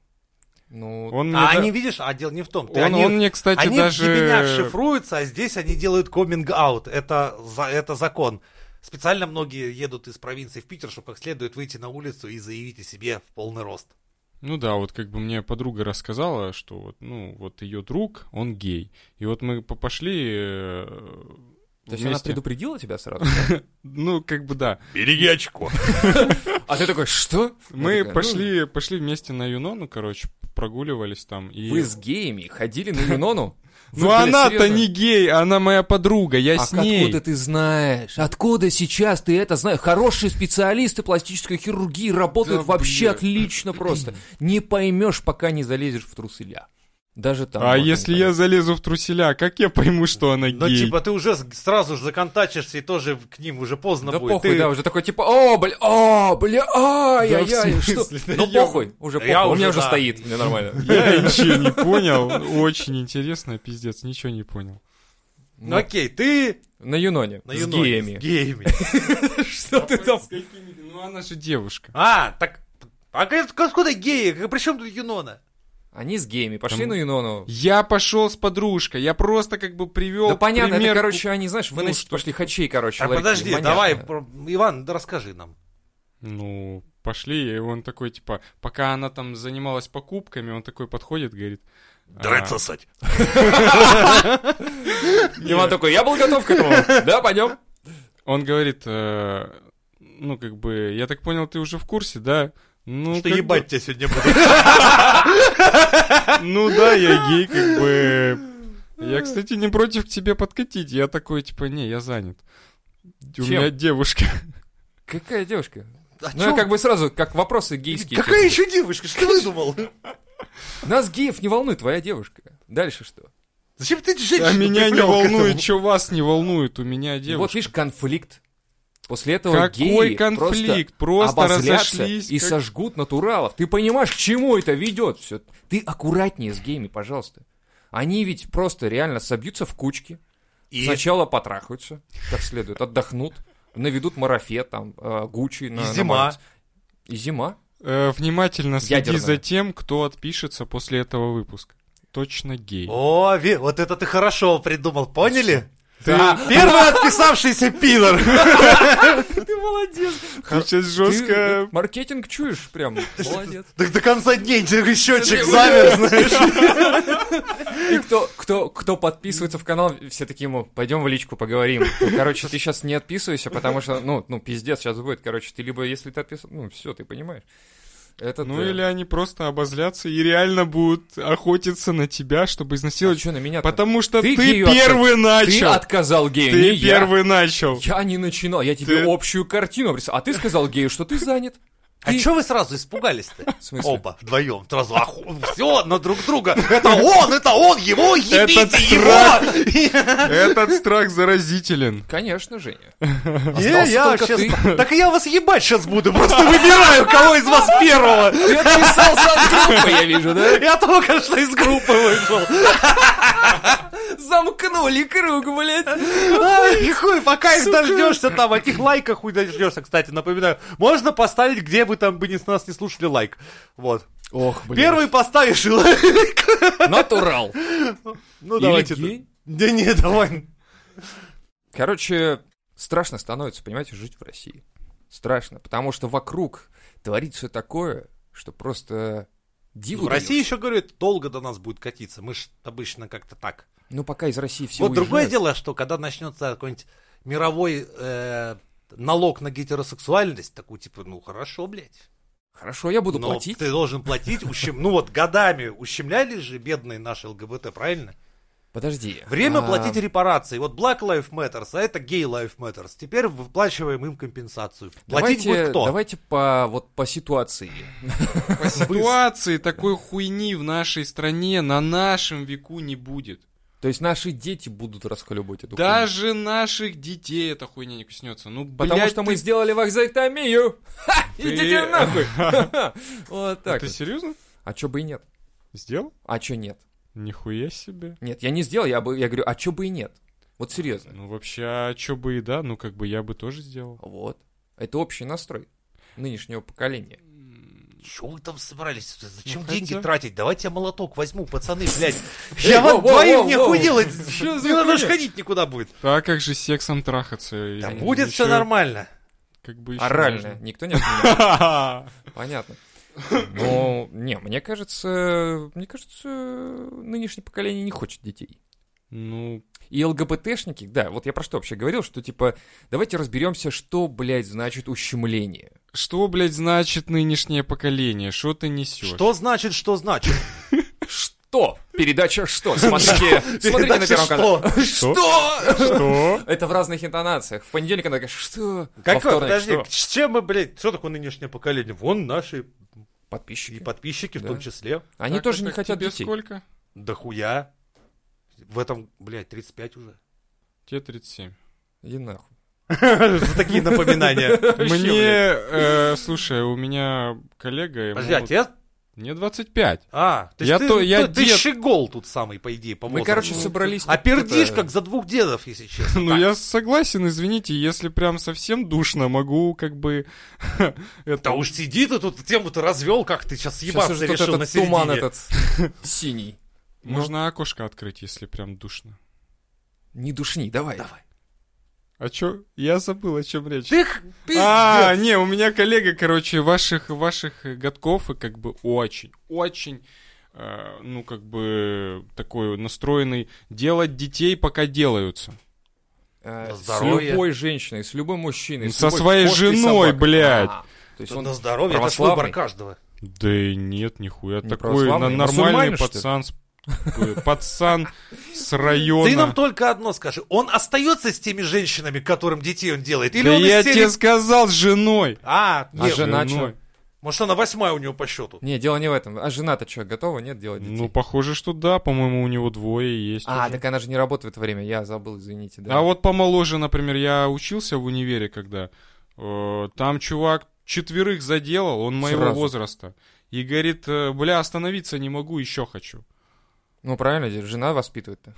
Ну,
Он мне,
А
да-
они, видишь, а дело не в том. Ты-
он-
они-
он мне, кстати,
они
даже...
в ебенях шифруются, а здесь они делают коминг-аут. Это, за- это закон. Специально многие едут из провинции в Питер, чтобы как следует выйти на улицу и заявить о себе в полный рост.
Ну да, вот как бы мне подруга рассказала, что вот, ну, вот ее друг, он гей. И вот мы по- пошли э,
то есть она
вместе.
предупредила тебя сразу?
Ну, как бы да.
Береги очко.
А ты такой, что?
Мы
Я Ну, такая,
пошли, пошли вместе на Юнону, короче, прогуливались там. И...
«Ну, Вы с геями ходили на Юнону?
Ну
Вы, блядь,
она-то
серьезно?
не гей, она моя подруга, я
А
с ней.
откуда ты знаешь? Откуда сейчас ты это знаешь? Хорошие специалисты пластической хирургии работают
Да,
вообще
блядь.
отлично просто. Не поймешь, пока не залезешь в труселя. Даже там.
А
можно не
если я
понять.
залезу в труселя, как я пойму, что она
Ну,
гей?
типа, ты уже с- сразу же законтачишься и тоже в- к ним уже поздно
Да
будет.
похуй,
Ты- ну,
да, уже такой типа, о, бля, о, бля, ай,
Да
яй
в
яй что?
смысле? Да
Ну
ёб-
похуй, уже
Я
похуй, у меня
уже,
уже
да.
стоит, мне нормально.
Я ничего не понял. Очень интересно, пиздец, ничего не понял.
Ну, окей, ты
На Юноне,
на
с
Юноне,
геями.
с геями.
Что ты там?
Ну она же девушка.
А, так... А как- откуда геи? Как- При чем тут Юнона?
Они с геями, пошли
Там-
на Юнону.
Я пошел с подружкой, я просто как бы привел
Да понятно, это,
пример-
короче, они, знаешь,
Ну,
выносить
что-
пошли хачей, короче.
Так,
ларьки,
А подожди,
понятно.
давай, про- Иван, да расскажи нам.
Ну, пошли, и он такой, типа, пока она там занималась покупками, он такой подходит, говорит... а,
сосать.
Иван такой, я был готов к этому. Да, пойдем.
Он говорит, э, ну, как бы, я так понял, ты уже в курсе, да? Ну,
Что
как бы-
ебать тебя сегодня буду.
Ну да, я гей, как бы... Я, кстати, не против к тебе подкатить. Я такой, типа, не, я занят. У
Чем?
меня девушка.
Какая девушка?
А
Ну,
чё?
я как бы сразу, как вопросы гейские.
Какая
честно.
еще девушка? Что ты выдумал?
Нас геев не волнует, твоя девушка. Дальше что?
Зачем ты женщину
А меня не
привлёк к
волнует,
этому?
что вас не волнует. У меня
Вот
девушка.
видишь, конфликт. После этого
Какой
геи
конфликт? Просто,
просто обозлятся
разошлись.
и
как-
сожгут натуралов. Ты понимаешь, к чему это ведет все? Ты аккуратнее с геями, пожалуйста. Они ведь просто реально собьются в кучки.
И-
Сначала потрахаются, как следует, отдохнут, наведут марафет, там, э, Гуччи. на- на
зима.
Марс. И зима.
Э, внимательно следи
Ядерная.
за тем, кто отпишется после этого выпуска. Точно гей.
О, Ви, вот это ты хорошо придумал, поняли? Ты первый отписавшийся пидор.
Ты молодец.
Ты сейчас
Ты
жестко...
маркетинг чуешь прям. Молодец.
Так до конца дней держи счетчик замер, знаешь.
И кто, кто, кто подписывается в канал, все такие ему, пойдем в личку поговорим. Ну, Короче, ты сейчас не отписывайся, потому что, ну, ну, пиздец сейчас будет. Короче, ты либо, если ты отписан, ну, все, ты понимаешь. э, «А Это
Ну
ты.
или они просто обозлятся и реально будут охотиться на тебя, чтобы
А
изнасиловать.
что на меня
Потому что
Ты
ты,
гею
первый
Ты
начал.
отказал гею,
Ты
не я.
первый начал.
Я не начинал, я тебе
Ты-
общую картину обрисовал. А ты сказал гею, что ты занят.
А
Ты-
чё вы сразу испугались-то?
В смысле?
Оба, вдвоем, сразу все на друг друга. Это он, это он, его
Этот
ебите,
страх.
его!
Этот страх заразителен.
Конечно, Женя.
Не,
Остался
Э, я
только
щас-
ты.
Так я вас ебать сейчас буду, просто выбираю, кого из вас первого.
Ты отписался от группы, я вижу, да?
Я только что из группы вышел.
Замкнули круг, блядь.
Ай, А, хуй, пока их дождешься там, этих лайков хуй дождешься, кстати, напоминаю. Можно поставить, где вы там бы не, нас не слушали лайк. Вот.
Ох, блядь.
Первый поставишь и лайк.
Натурал.
Ну,
Или
давайте.
гей.
Да не, давай.
Короче, страшно становится, понимаете, жить в России. Страшно, потому что вокруг творится такое, что просто диву
В России
даёшься.
еще, говорю, это долго до нас будет катиться. Мы ж обычно как-то так.
Ну, пока из России все
Вот другое
уезжают.
дело, что когда начнется какой-нибудь мировой э, налог на гетеросексуальность, такой типа, ну хорошо, блядь.
Хорошо, я буду
Но
платить.
ты должен платить, ущем... ну вот годами ущемляли же бедные наши ЛГБТ, правильно?
Подожди.
Время
а,
платить репарации. Вот Black Lives Matters, а это Gay Life Matters. Теперь выплачиваем им компенсацию. Платить
Давайте,
будет кто?
давайте по, вот, по ситуации.
По ситуации такой хуйни в нашей стране на нашем веку не будет.
То есть наши дети будут расхлебывать эту хуйню.
Даже наших детей эта хуйня не коснется. Ну,
Потому
блядь,
что
ты-
мы сделали вакзектомию. Ха!
Ты-
Идите нахуй. Вот так.
Ты
вот.
серьезно?
А чё бы и нет?
Сделал?
А чё нет?
Нихуя себе.
Нет, я не сделал, я, бы, я говорю, а чё бы и нет? Вот серьезно.
Ну, вообще, а чё бы и да, ну, как бы я бы тоже сделал.
Вот. Это общий настрой нынешнего поколения.
Чего вы там собрались? Зачем
Ну,
деньги
хотя-
тратить? Давайте я молоток возьму, пацаны, блядь. Я вам
воу, воу,
двоим
воу,
не
воу.
хуй делать.
Чё за
Не надо
хуйня?
же ходить никуда будет.
А как же сексом трахаться?
Да
Я-
ну
будет все
ещё-
нормально.
Как бы ещё
Оральное.
можно.
Никто не отменял. Понятно. Но, не, мне кажется, мне кажется, нынешнее поколение не хочет детей.
Ну,
И ЛГБТшники, да, вот я про что вообще говорил, что типа, давайте разберемся, что, блядь, значит ущемление.
что, блядь, значит нынешнее поколение? Что ты несешь?
Что значит, что значит?
Что? Передача что? Смотрите, смотрите на
Передача
первом канале.
что?
Что?
Что?
Что?
Это в разных интонациях. В понедельник она такая, что? Во
Какое?
вторник,
Подожди,
«Что?»
с чем мы, блядь, что такое нынешнее поколение? Вон наши и
Подписчики.
подписчики в
Да.
том числе.
Они
Так,
тоже
так,
не
так,
хотят
тебе
детей.
сколько?
Да хуя. В этом, блядь, 35 уже.
Тебе 37.
Иди нахуй.
За такие напоминания.
Мне, э, слушай, у меня коллега... ему
Подожди, а
вот-
тебе-
Мне 25.
А, то есть
Я
ты,
то- я
ты- ты
дед.
щегол тут самый, по идее, по
Мы,
возрасту.
короче, собрались...
А
тут
пердишь,
э,
это-
как за двух дедов, если честно.
Ну,
Так.
я согласен, извините, если прям совсем душно, могу как бы...
Да
Это...
уж сиди ты тут, тему-то развел, как ты сейчас
Сейчас
ебаться
уже
решил
тот
на
этот туман
середине.
этот синий.
Можно окошко открыть, если прям душно.
Не душни, давай.
Давай.
А чё? Я забыл, о чем речь.
Ты х-
А,
пиздец.
не, у меня коллега, короче, ваших, ваших годков, и как бы очень, очень, э, ну, как бы, такой настроенный делать детей, пока делаются.
Э,
На
С
здоровье.
любой женщиной, с любым мужчиной.
Ну,
с
со
любой
своей
кошкой,
женой,
собакой.
блядь.
А, То есть
Тут
он
на здоровье, это ж
православный.
выбор каждого.
Да и нет, нихуя.
Не
Такой
православный,
на-
а
нормальный
мусульманин, что ли?
пацан, с- э, пацан с района.
Ты нам только одно скажи. Он остается с теми женщинами, которым детей он делает? Или
да
он из
я
серии-
тебе сказал, с женой.
А,
А
не,
жена
женой.
чё?
может она восьмая у него по счету.
Не, дело не в этом. А жена-то что, готова? Нет, делать детей?
Ну, похоже, что да, по-моему, у него двое есть.
а,
уже.
так она же не работает в это время. Я забыл, извините. Да.
А вот помоложе, например, я учился в универе, когда э, там чувак четверых заделал, он моего
Сразу.
возраста. И говорит, э, бля, остановиться не могу, еще хочу.
Ну, правильно, жена воспитывает-то.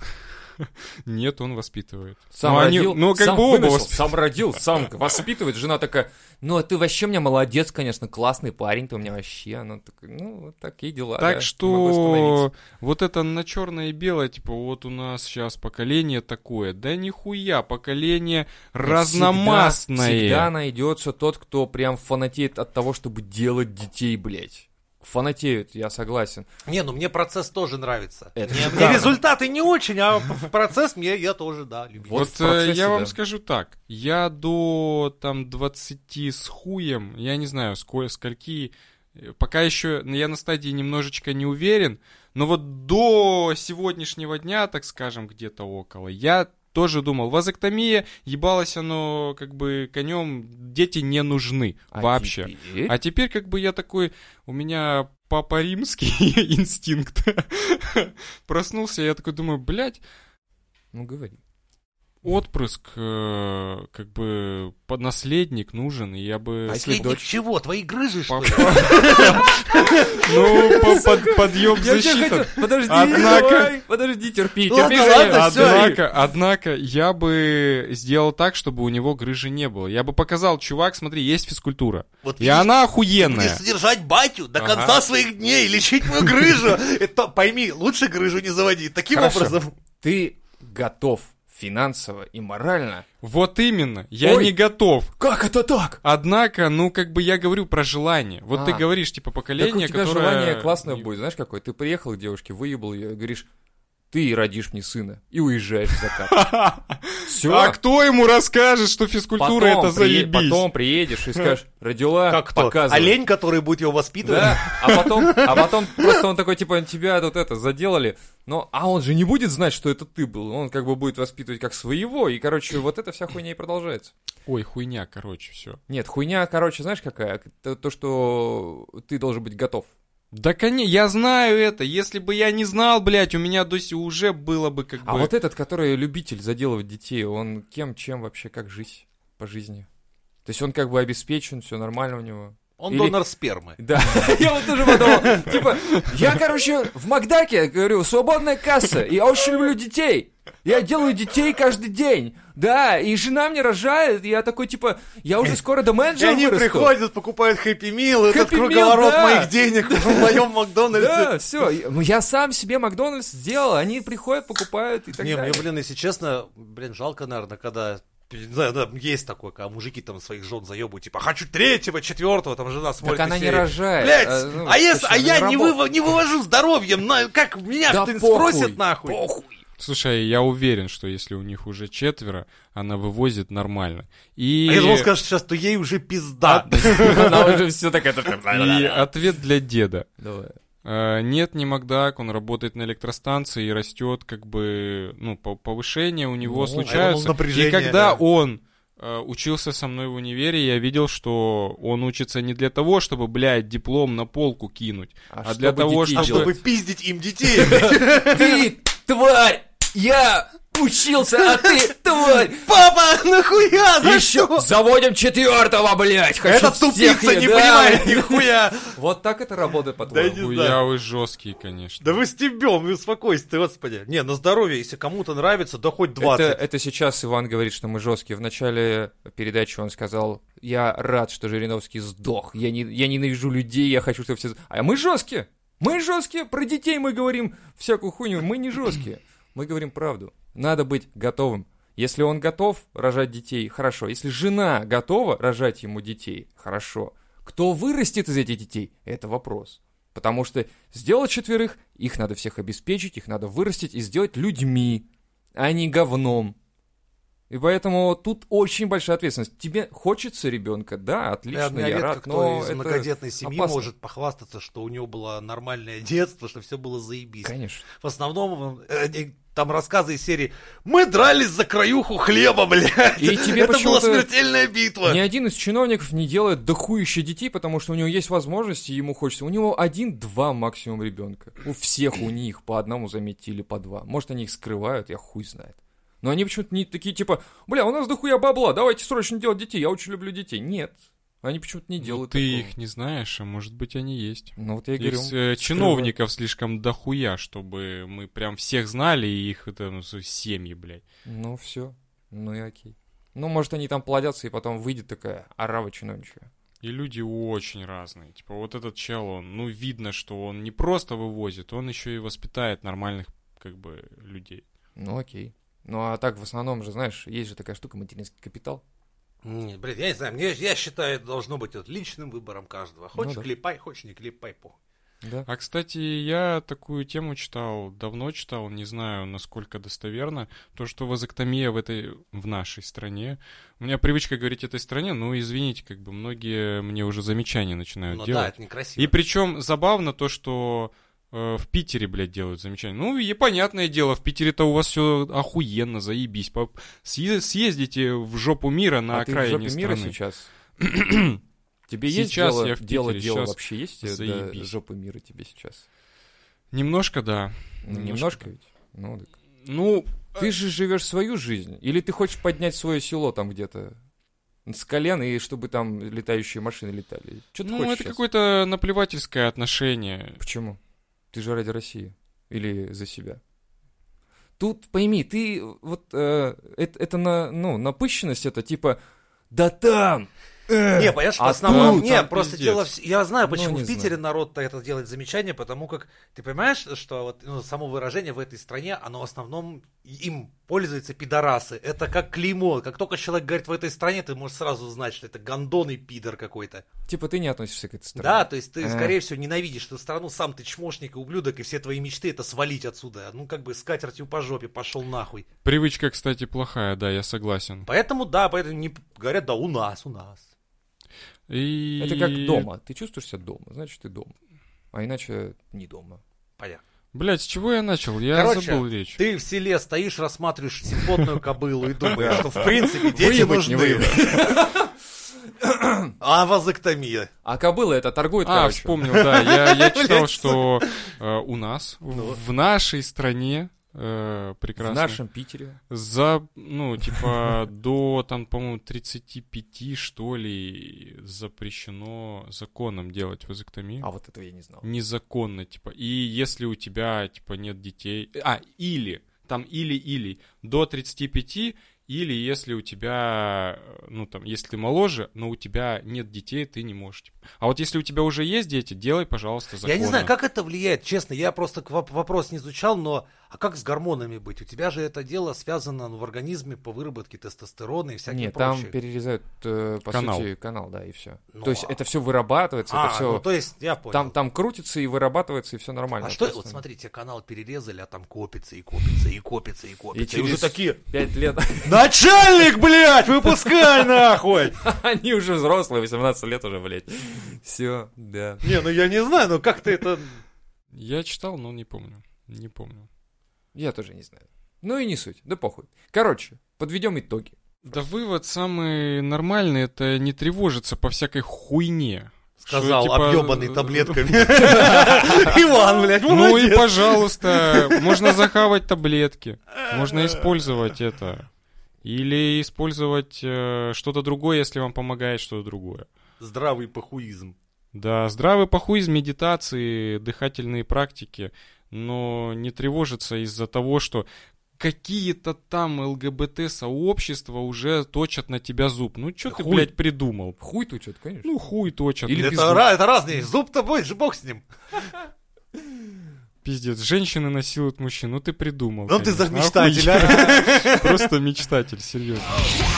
Нет, он воспитывает.
Сам
Ну, они-
родил,
ну, как
сам
бы оба
выносил,
воспит-
сам родил, сам воспитывает. Жена такая, ну, а ты вообще у меня молодец, конечно, классный парень, ты у меня вообще. Она такая, ну, вот такие дела.
так
да, могу остановиться».
что вот это на черное и белое, типа, вот у нас сейчас поколение такое. Да нихуя, поколение разномастное.
Всегда, всегда найдется тот, кто прям фанатеет от того, чтобы делать детей, блядь. Фанатеют, я согласен.
Не, ну мне процесс тоже нравится.
Это
Мне-
шикарно.
мне результаты не очень, а в процесс мне я тоже, да, люблю.
Вот
Вот,
в
э,
процессе,
я вам
да.
скажу так, я до там 20 с хуем, я не знаю, сколь, скольки, э, пока еще я на стадии немножечко не уверен, но вот до сегодняшнего дня, так скажем, где-то около, я тоже думал, вазоктомия, ебалось оно как бы конем, дети не нужны
А
вообще.
теперь-
А теперь как бы я такой, у меня папа римский инстинкт проснулся, я такой думаю, блядь,
Ну, говори.
отпрыск, э, как бы поднаследник нужен, и я бы...
А
если
если
дочь-
чего? Твои грыжи, что
по-
ли?
Ну, по- под- подъем защиты.
Подожди,
Однако-
давай, Ну, подожди, терпи,
Ладно,
терпи,
ладно,
Женя.
всё.
Однако, однако, я бы сделал так, чтобы у него грыжи не было. Я бы показал, чувак, смотри, есть физкультура.
Вот
И
видишь,
она
Мне
охуенная.
содержать батю до
Ага.
конца своих дней, лечить мою грыжу. Это, пойми, лучше грыжу не заводи. Таким
Хорошо.
образом,
Ты готов финансово и морально.
Вот именно, я
Ой.
не готов.
Как это так?
Однако, ну, как бы я говорю про желание. Вот ты
А.
говоришь, типа,
Так у
поколение,
тебя
которое...
желание классное будет, знаешь какое? Ты приехал к девушке, выебал ее, и говоришь, ты родишь мне сына и уезжаешь в закат. Все.
А кто ему расскажет, что физкультура это заебись?
Потом приедешь и скажешь, родила,
как кто?
показывай.
Олень, который будет его воспитывать.
Да, а потом, а потом просто он такой, типа, тебя тут это, заделали. Но, а он же не будет знать, что это ты был. Он как бы будет воспитывать как своего. И, короче, вот эта вся хуйня и продолжается.
Ой, хуйня, короче, все.
Нет, хуйня, короче, знаешь какая? То, то, что ты должен быть готов.
Да, конечно, я знаю это. Если бы я не знал, блядь, у меня до сих уже было бы как
А
бы...
вот этот, который любитель заделывать детей, он кем, чем вообще, как жить по жизни? То есть он как бы обеспечен, все нормально у него.
Он
Или-
донор спермы.
Да, я вот тоже подумал. Типа, я, короче, в Макдаке, говорю, свободная касса, и я очень люблю детей. Я делаю детей каждый день. Да, и жена мне рожает, и я такой, типа, я уже скоро до
И
менеджера
они
вырасту.
приходят, покупают Хэппи Мил, этот
Happy Meal,
круговорот
да.
моих денег в моем Макдональдсе.
Да, все, я сам себе Макдональдс сделал, они приходят, покупают и так
Не, ну, мне,
далее.
блин, если честно, блин, жалко, наверное, когда не знаю, да, есть такое, когда мужики там своих жен заебывают, типа, хочу третьего, четвертого, там жена смотрит.
Так она
на
не
серию.
рожает.
Блять, а,
ну, точнее,
если,
она
а я не,
работает.
выво- не вывожу здоровьем, на- как меня
Да
кто-нибудь
похуй,
спросит нахуй?
Слушай, я уверен, что если у них уже четверо, она вывозит нормально. И...
А я думал, скажешь сейчас, то ей уже пизда.
Она уже все так
И
это...
ответ для деда.
Давай.
Э, Нет, не Макдак, он работает на электростанции и растет, как бы, ну, по- повышение у него
Ну,
а я думал,
случаются.
напряжение,
И когда
да.
он э, учился со мной в универе, я видел, что он учится не для того, чтобы, блядь, диплом на полку кинуть, а, для
чтобы
того,
детей
А
чтобы...
чтобы пиздить им детей, блядь,
Ты, тварь, я учился, а ты, тварь,
папа, нахуя, за
еще
что?
заводим четвертого, блядь, хочу
Этот
всех
тупица
я-
не
да,
понимает
вот-
нихуя.
Вот так это работает,
Да
по-твоему?
не знаю.
Хуя вы жесткие, конечно.
Да вы стебем, и успокойся ты, господи. Не, на здоровье, если кому-то нравится, да хоть 20.
Это, это сейчас Иван говорит, что мы жесткие. В начале передачи он сказал, я рад, что Жириновский сдох. Я, не, я ненавижу людей, я хочу, чтобы все... А мы жесткие. Мы жесткие. Про детей мы говорим всякую хуйню. Мы не жесткие. Мы говорим правду. Надо быть готовым. Если он готов рожать детей, хорошо. Если жена готова рожать ему детей, хорошо. Кто вырастет из этих детей, это вопрос. Потому что сделать четверых, их надо всех обеспечить, их надо вырастить и сделать людьми, а не говном. И поэтому тут очень большая ответственность. Тебе хочется ребенка, да,
Я
отлично,
меня
я
редко
рад,
кто
но
из
это...
многодетной семьи
опасно.
может похвастаться, что у него было нормальное детство, что все было заебись.
Конечно.
В основном э, э, там рассказы из серии «Мы дрались за краюху хлеба, блядь!»
И тебе
Это была
почему-то
смертельная битва.
Ни один из чиновников не делает дохуище детей, потому что у него есть возможность, и ему хочется. У него один-два максимум ребенка. У всех у них по одному, заметьте, или по два. Может, они их скрывают, я хуй знает. Но они почему-то не такие, типа, бля, у нас дохуя бабла, давайте срочно делать детей, я очень люблю детей. Нет. Они почему-то не
Ну,
делают
Ты
такого.
их не знаешь, а может быть они есть.
Ну вот я и
Их,
говорю.
э, чиновников слишком дохуя, чтобы мы прям всех знали и их это, ну, с- семьи, блядь.
Ну все, ну и окей. Ну, может, они там плодятся, и потом выйдет такая арава чиновничья.
И люди очень разные. Типа вот этот чел, он, ну видно, что он не просто вывозит, он еще и воспитает нормальных как бы людей.
Ну, окей. Ну, а так, в основном же, знаешь, есть же такая штука, материнский капитал.
М, Блин, я не знаю, мне, я считаю, это должно быть вот личным выбором каждого. Хочешь
Ну да.
клепай, хочешь не клепай, похуй.
Да?
А, кстати, я такую тему читал, давно читал, не знаю, насколько достоверно, то, что вазоктомия в этой, в нашей стране, у меня привычка говорить этой стране, ну, извините, как бы многие мне уже замечания начинают
Ну да,
делать.
это
И
некрасиво.
причем забавно то, что э, в Питере, блядь, делают замечания. Ну, и понятное дело, в Питере-то у вас все охуенно, заебись. По- съе- съездите в жопу мира на
а ты в
окраине
жопе мира
страны.
сейчас? Тебе есть
Сейчас
дело,
я в
дело,
Питере,
дело
сейчас
вообще есть э, до
заебись.
жопы мира тебе сейчас?
Немножко, да.
Ну,
Немножко.
Немножко ведь? Ну, так.
Ну,
А
Ты же живешь свою жизнь, или ты хочешь поднять свое село там где-то с колен, и чтобы там летающие машины летали? Что ты
ну,
хочешь
это
щас?
какое-то наплевательское отношение.
Почему? Ты же ради России. Или за себя. Тут пойми, ты вот э, это, это на, ну, напыщенность, это типа да там! э,
Не, понятно, что в
а
основном...
тут
Не,
там
просто
пиздец.
дело... вс- Я знаю,
Ну,
почему
не
в Питере
знаю.
народ это делает замечание, потому как... Ты понимаешь, что вот ну, само выражение в этой стране, оно в основном им пользуются пидорасы. Это как клеймо. Как только человек говорит в этой стране, ты можешь сразу знать, что это гондон и пидор какой-то.
Типа ты не относишься к этой стране.
Да, то есть ты,
А.
скорее всего, ненавидишь эту страну, сам ты чмошник и ублюдок, и все твои мечты это свалить отсюда. Ну, как бы скатертью по жопе пошел нахуй.
Привычка, кстати, плохая, да, я согласен.
Поэтому, да, поэтому не говорят, да, у нас, у нас.
И...
Это как дома. Ты чувствуешь себя дома, значит ты дома. А иначе не дома.
Понятно.
Блядь, с чего я начал? Я
Короче,
забыл речь.
Ты в селе стоишь, рассматриваешь симпотную кобылу и думаешь, что в принципе дети
Выебать, не
нужны. А вазоктомия.
А кобыла это торгует,
А,
короче.
вспомнил, да. Я, я читал,
Блядь,
что э, у нас, в нашей стране, э,
Ну. В
прекрасно,
нашем Питере.
за, ну, типа, до, там, по-моему, 35, что ли, запрещено законом делать вазоктомию.
А вот этого я не знал.
Незаконно, типа. И если у тебя, типа, нет детей... А, или, там или-или, до 35... Или если у тебя, э, ну там, если ты моложе, но у тебя нет детей, ты не можешь. типа. А вот если у тебя уже есть дети, делай, пожалуйста, законно.
Я не знаю, как это влияет, честно, я просто к воп- вопрос не изучал, но а как с гормонами быть? У тебя же это дело связано ну, в организме по выработке тестостерона и всяких
Нет,
прочих.
там перерезают, э, по
Канал.
сути, канал, да, и все.
Ну,
то есть
а-
это все вырабатывается,
А,
это все.
ну то есть, я понял.
Там, там крутится и вырабатывается, и все нормально.
а что,
Просто
вот смотри, тебе канал перерезали, а там копится и копится, и копится, и копится. И,
через-
уже такие,
Пять лет.
начальник, блядь, выпускай нахуй!
Они уже взрослые, 18 лет уже, блядь. Все, да.
Не, ну я не знаю, ну как ты это...
Я читал, но не помню. Не помню.
Я тоже не знаю. Ну и не суть, да похуй. Короче, подведем итоги.
Да вывод самый нормальный, это не тревожиться по всякой хуйне.
Сказал,
Что, типа,
объебанный
э,
таблетками. Иван, блядь,
Ну и
молодец.
пожалуйста, можно захавать таблетки, можно использовать это. Или использовать э, что-то другое, если вам помогает что-то другое.
Здравый похуизм.
Да, здравый похуизм, медитации, дыхательные практики, но не тревожиться из-за того, что какие-то там ЛГБТ-сообщества уже точат на тебя зуб. Ну, что ты,
Хуй.
блядь, придумал?
Хуй тут что-то, конечно.
Ну, хуй точат.
Или
Или
пизду.
Это, ра- это разные, зуб-то больше, бог с ним.
пиздец. Женщины насилуют мужчин. Ну, ты придумал.
Ну ты
конечно.
за мечтателя.
Охуенно. Просто мечтатель, серьезно.
Shout